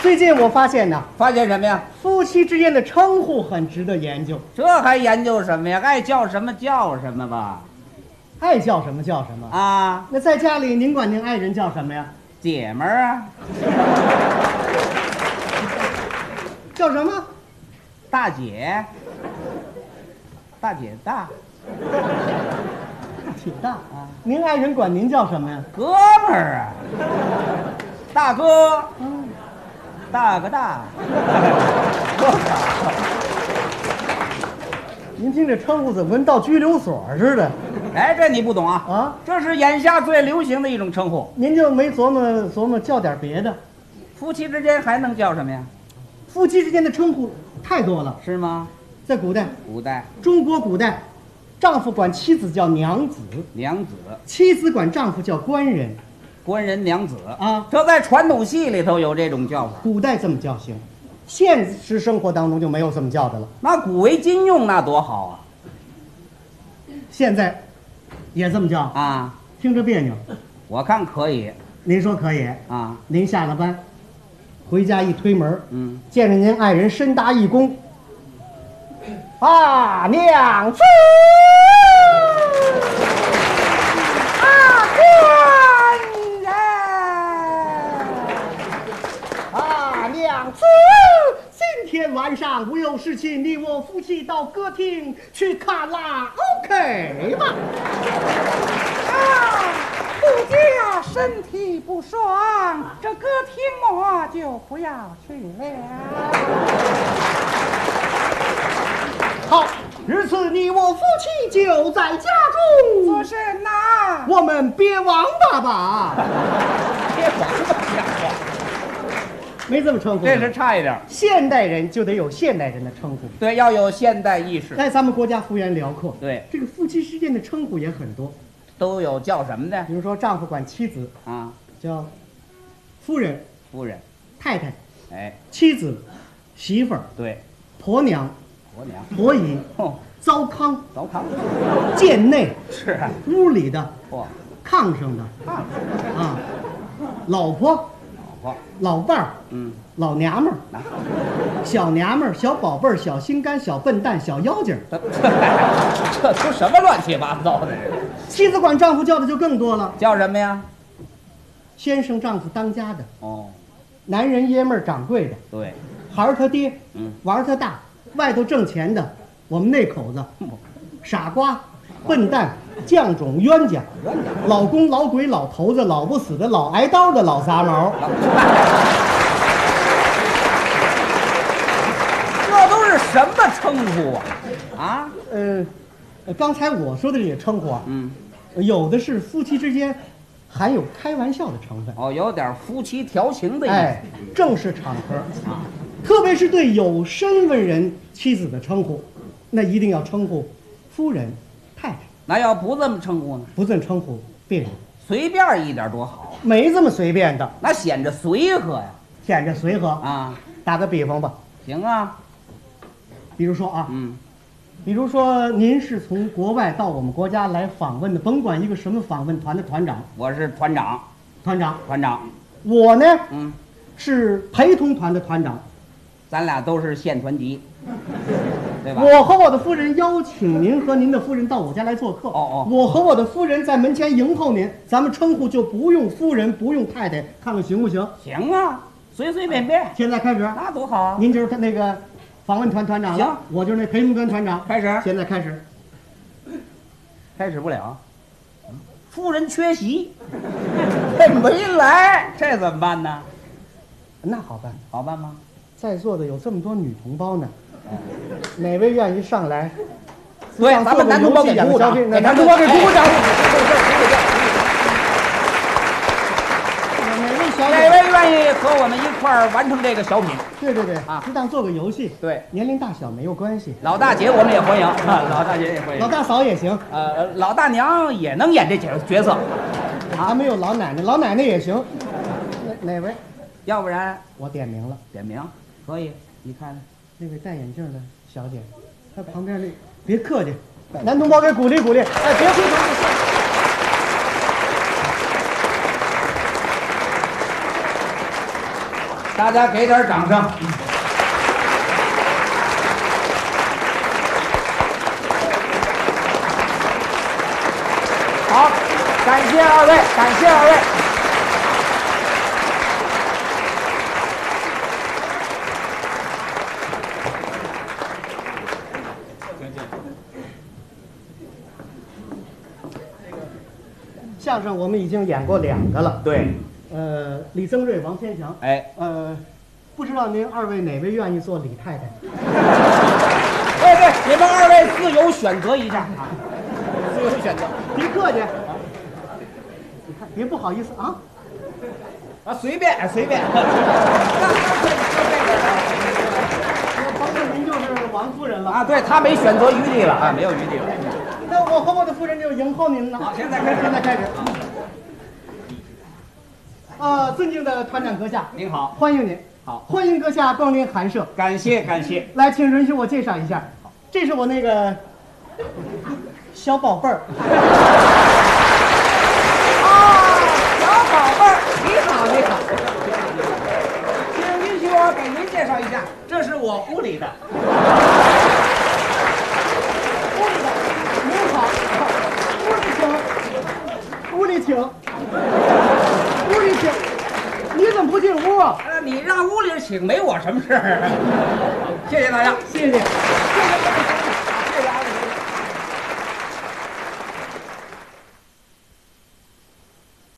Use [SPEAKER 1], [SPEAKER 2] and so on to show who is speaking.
[SPEAKER 1] 最近我发现呐、
[SPEAKER 2] 发现什么呀？
[SPEAKER 1] 夫妻之间的称呼很值得研究，
[SPEAKER 2] 这还研究什么呀？爱叫什么叫什么吧。
[SPEAKER 1] 爱叫什么叫什么。
[SPEAKER 2] 啊，
[SPEAKER 1] 那在家里，您管您爱人叫什么呀？
[SPEAKER 2] 姐们儿啊，
[SPEAKER 1] 叫什么？
[SPEAKER 2] 大姐，大姐大，
[SPEAKER 1] 挺大啊。您爱人管您叫什么呀？
[SPEAKER 2] 哥们儿啊，大哥，大哥大，
[SPEAKER 1] 您听这称呼怎么跟到拘留所似的
[SPEAKER 2] 哎，这你不懂啊，
[SPEAKER 1] 啊？
[SPEAKER 2] 这是眼下最流行的一种称呼。
[SPEAKER 1] 您就没琢磨琢磨叫点别的？
[SPEAKER 2] 夫妻之间还能叫什么呀？
[SPEAKER 1] 夫妻之间的称呼太多了，
[SPEAKER 2] 是吗？
[SPEAKER 1] 在古代，
[SPEAKER 2] 古代
[SPEAKER 1] 中国古代，丈夫管妻子叫娘子，
[SPEAKER 2] 娘子，
[SPEAKER 1] 妻子管丈夫叫官人。
[SPEAKER 2] 官人娘子
[SPEAKER 1] 啊
[SPEAKER 2] 这在传统戏里头有这种叫法。
[SPEAKER 1] 古代这么叫行，现实生活当中就没有这么叫的了。
[SPEAKER 2] 那古为今用，那多好啊！
[SPEAKER 1] 现在也这么叫，
[SPEAKER 2] 啊，
[SPEAKER 1] 听着别扭。
[SPEAKER 2] 我看可以
[SPEAKER 1] 您说可以？
[SPEAKER 2] 啊，
[SPEAKER 1] 您下了班，回家一推门，
[SPEAKER 2] 嗯，
[SPEAKER 1] 见着您爱人深搭一躬，啊，娘子，
[SPEAKER 2] 啊，官人，
[SPEAKER 1] 啊，娘子，今天晚上我有事情，你我夫妻到歌厅去看啦，OK 吧？
[SPEAKER 3] 啊，杜家身体不爽，这歌厅我就不要去了。
[SPEAKER 1] 好，日次你我夫妻就在家
[SPEAKER 3] 不
[SPEAKER 1] 中，
[SPEAKER 3] 是那
[SPEAKER 1] 我们别王八吧？
[SPEAKER 2] 别管这家伙，
[SPEAKER 1] 没这么称呼的，
[SPEAKER 2] 这是差一点儿。
[SPEAKER 1] 现代人就得有现代人的称呼。
[SPEAKER 2] 对，要有现代意识，
[SPEAKER 1] 在咱们国家幅员辽阔，
[SPEAKER 2] 对，
[SPEAKER 1] 这个夫妻之间的称呼也很多，
[SPEAKER 2] 都有叫什么的
[SPEAKER 1] 比如说丈夫管妻子
[SPEAKER 2] 啊？
[SPEAKER 1] 叫夫人、
[SPEAKER 2] 夫人，
[SPEAKER 1] 太太、
[SPEAKER 2] 哎，
[SPEAKER 1] 妻子、媳妇儿、
[SPEAKER 2] 对，
[SPEAKER 1] 婆娘、
[SPEAKER 2] 婆娘，
[SPEAKER 1] 婆姨、
[SPEAKER 2] 哦，
[SPEAKER 1] 糟糠、
[SPEAKER 2] 糟糠，
[SPEAKER 1] 贱内、
[SPEAKER 2] 是啊，
[SPEAKER 1] 屋里的、
[SPEAKER 2] 嚯，
[SPEAKER 1] 炕上的
[SPEAKER 2] 炕
[SPEAKER 1] 啊，老婆、
[SPEAKER 2] 老婆，
[SPEAKER 1] 老伴儿、
[SPEAKER 2] 嗯，
[SPEAKER 1] 老娘们
[SPEAKER 2] 那
[SPEAKER 1] 儿、小娘们儿、小宝贝儿、小心肝、小笨蛋、小妖精儿。
[SPEAKER 2] 这 这都什么乱七八糟的？这是
[SPEAKER 1] 妻子管丈夫叫的就更多了，
[SPEAKER 2] 叫什么呀？
[SPEAKER 1] 先生、丈夫、当家的，
[SPEAKER 2] 哦，
[SPEAKER 1] 男人、爷们儿、掌柜的。
[SPEAKER 2] 对，
[SPEAKER 1] 孩儿他爹，
[SPEAKER 2] 嗯
[SPEAKER 1] 玩儿他大，外头挣钱的，我们那口子，傻瓜、笨蛋、犟种、冤家，老公、老鬼、老头子、老不死的、老挨刀的、老杂毛，
[SPEAKER 2] 这都是什么称呼啊？啊，
[SPEAKER 1] 呃，呃刚才我说的这些称呼啊，
[SPEAKER 2] 嗯，
[SPEAKER 1] 有的是夫妻之间含有开玩笑的成分，
[SPEAKER 2] 哦，有点夫妻调情的意思。
[SPEAKER 1] 哎，正式场合啊，特别是对有身份人妻子的称呼，那一定要称呼夫人、太太，
[SPEAKER 2] 那要不这么称呼呢？
[SPEAKER 1] 不准称呼别人，
[SPEAKER 2] 随便一点多好啊，
[SPEAKER 1] 没这么随便的。
[SPEAKER 2] 那显着随和呀。
[SPEAKER 1] 显着随和啊。
[SPEAKER 2] 啊，
[SPEAKER 1] 打个比方吧，
[SPEAKER 2] 行啊，
[SPEAKER 1] 比如说啊，
[SPEAKER 2] 嗯，
[SPEAKER 1] 比如说您是从国外到我们国家来访问的，甭管一个什么访问团的团长，
[SPEAKER 2] 我是团长，
[SPEAKER 1] 团长，
[SPEAKER 2] 团长，
[SPEAKER 1] 我呢
[SPEAKER 2] 嗯，
[SPEAKER 1] 是陪同团的团长，
[SPEAKER 2] 咱俩都是县团级，对吧？
[SPEAKER 1] 我和我的夫人邀请您和您的夫人到我家来做客。
[SPEAKER 2] 哦哦
[SPEAKER 1] 我和我的夫人在门前迎候您，咱们称呼就不用夫人，不用太太，看看行不行？
[SPEAKER 2] 行啊，随随便便，
[SPEAKER 1] 现在开始，
[SPEAKER 2] 那多好啊！
[SPEAKER 1] 您就是那个访问团团长了
[SPEAKER 2] 行，
[SPEAKER 1] 我就是那陪同团团长。
[SPEAKER 2] 开始，
[SPEAKER 1] 现在开始，
[SPEAKER 2] 开始不了，嗯夫人缺席，这没来，这怎么办呢？
[SPEAKER 1] 那好办。
[SPEAKER 2] 好办吗？
[SPEAKER 1] 在座的有这么多女同胞呢，
[SPEAKER 2] 哎
[SPEAKER 1] 哪位愿意上来？
[SPEAKER 2] 对，咱们男同胞给鼓鼓掌，给男同胞给鼓鼓掌。
[SPEAKER 1] 哪位哎小
[SPEAKER 2] 哪
[SPEAKER 1] 姐？
[SPEAKER 2] 位愿意和我们一块儿完成这个小品？
[SPEAKER 1] 对对对，
[SPEAKER 2] 啊
[SPEAKER 1] 适当做个游戏，
[SPEAKER 2] 对，
[SPEAKER 1] 年龄大小没有关系，
[SPEAKER 2] 老大姐我们也欢迎，啊老大姐也欢
[SPEAKER 1] 老
[SPEAKER 2] 迎。
[SPEAKER 1] 大嫂也行，
[SPEAKER 2] 呃，老大娘也能演这角角色，
[SPEAKER 1] 还没有老奶奶，老奶奶也行。哪哪位？
[SPEAKER 2] 要不然
[SPEAKER 1] 我点名了，
[SPEAKER 2] 点名可以。你看，
[SPEAKER 1] 那位戴眼镜的小姐，她旁边那，别客气，
[SPEAKER 2] 哎
[SPEAKER 1] 男同胞给鼓励鼓励，哎，别回头。
[SPEAKER 2] 大家给点掌声。好，感谢二位，感谢二位。
[SPEAKER 1] 相声我们已经演过两个了，
[SPEAKER 2] 对，
[SPEAKER 1] 呃，李增瑞、王千祥，
[SPEAKER 2] 哎，
[SPEAKER 1] 呃，不知道您二位哪位愿意做李太太？
[SPEAKER 2] 对对，你们二位自由选择一下啊，自由选择
[SPEAKER 1] 别客气，你看别不好意思啊。
[SPEAKER 2] 啊，随便随便。
[SPEAKER 1] 甭问您就是王夫人了啊，
[SPEAKER 2] 啊，对他没选择余地了啊，没有余地了。
[SPEAKER 1] 那我和我的夫人就迎候您了啊。
[SPEAKER 2] 现在开始
[SPEAKER 1] 现在开始。啊，尊敬的团长阁下，
[SPEAKER 2] 您好，
[SPEAKER 1] 欢迎您，
[SPEAKER 2] 好
[SPEAKER 1] 欢迎阁下光临寒舍。
[SPEAKER 2] 感谢感谢。
[SPEAKER 1] 来，请允许我介绍一下，这是我那个小宝贝儿，
[SPEAKER 2] 小宝贝儿，你好你好。请允许我给您介绍一下，这是我屋里的。
[SPEAKER 1] 您好，屋里请，屋里请，屋里请，你怎么不进屋啊？
[SPEAKER 2] 呃，你让屋里请没我什么事儿啊。谢谢大家。
[SPEAKER 1] 谢谢。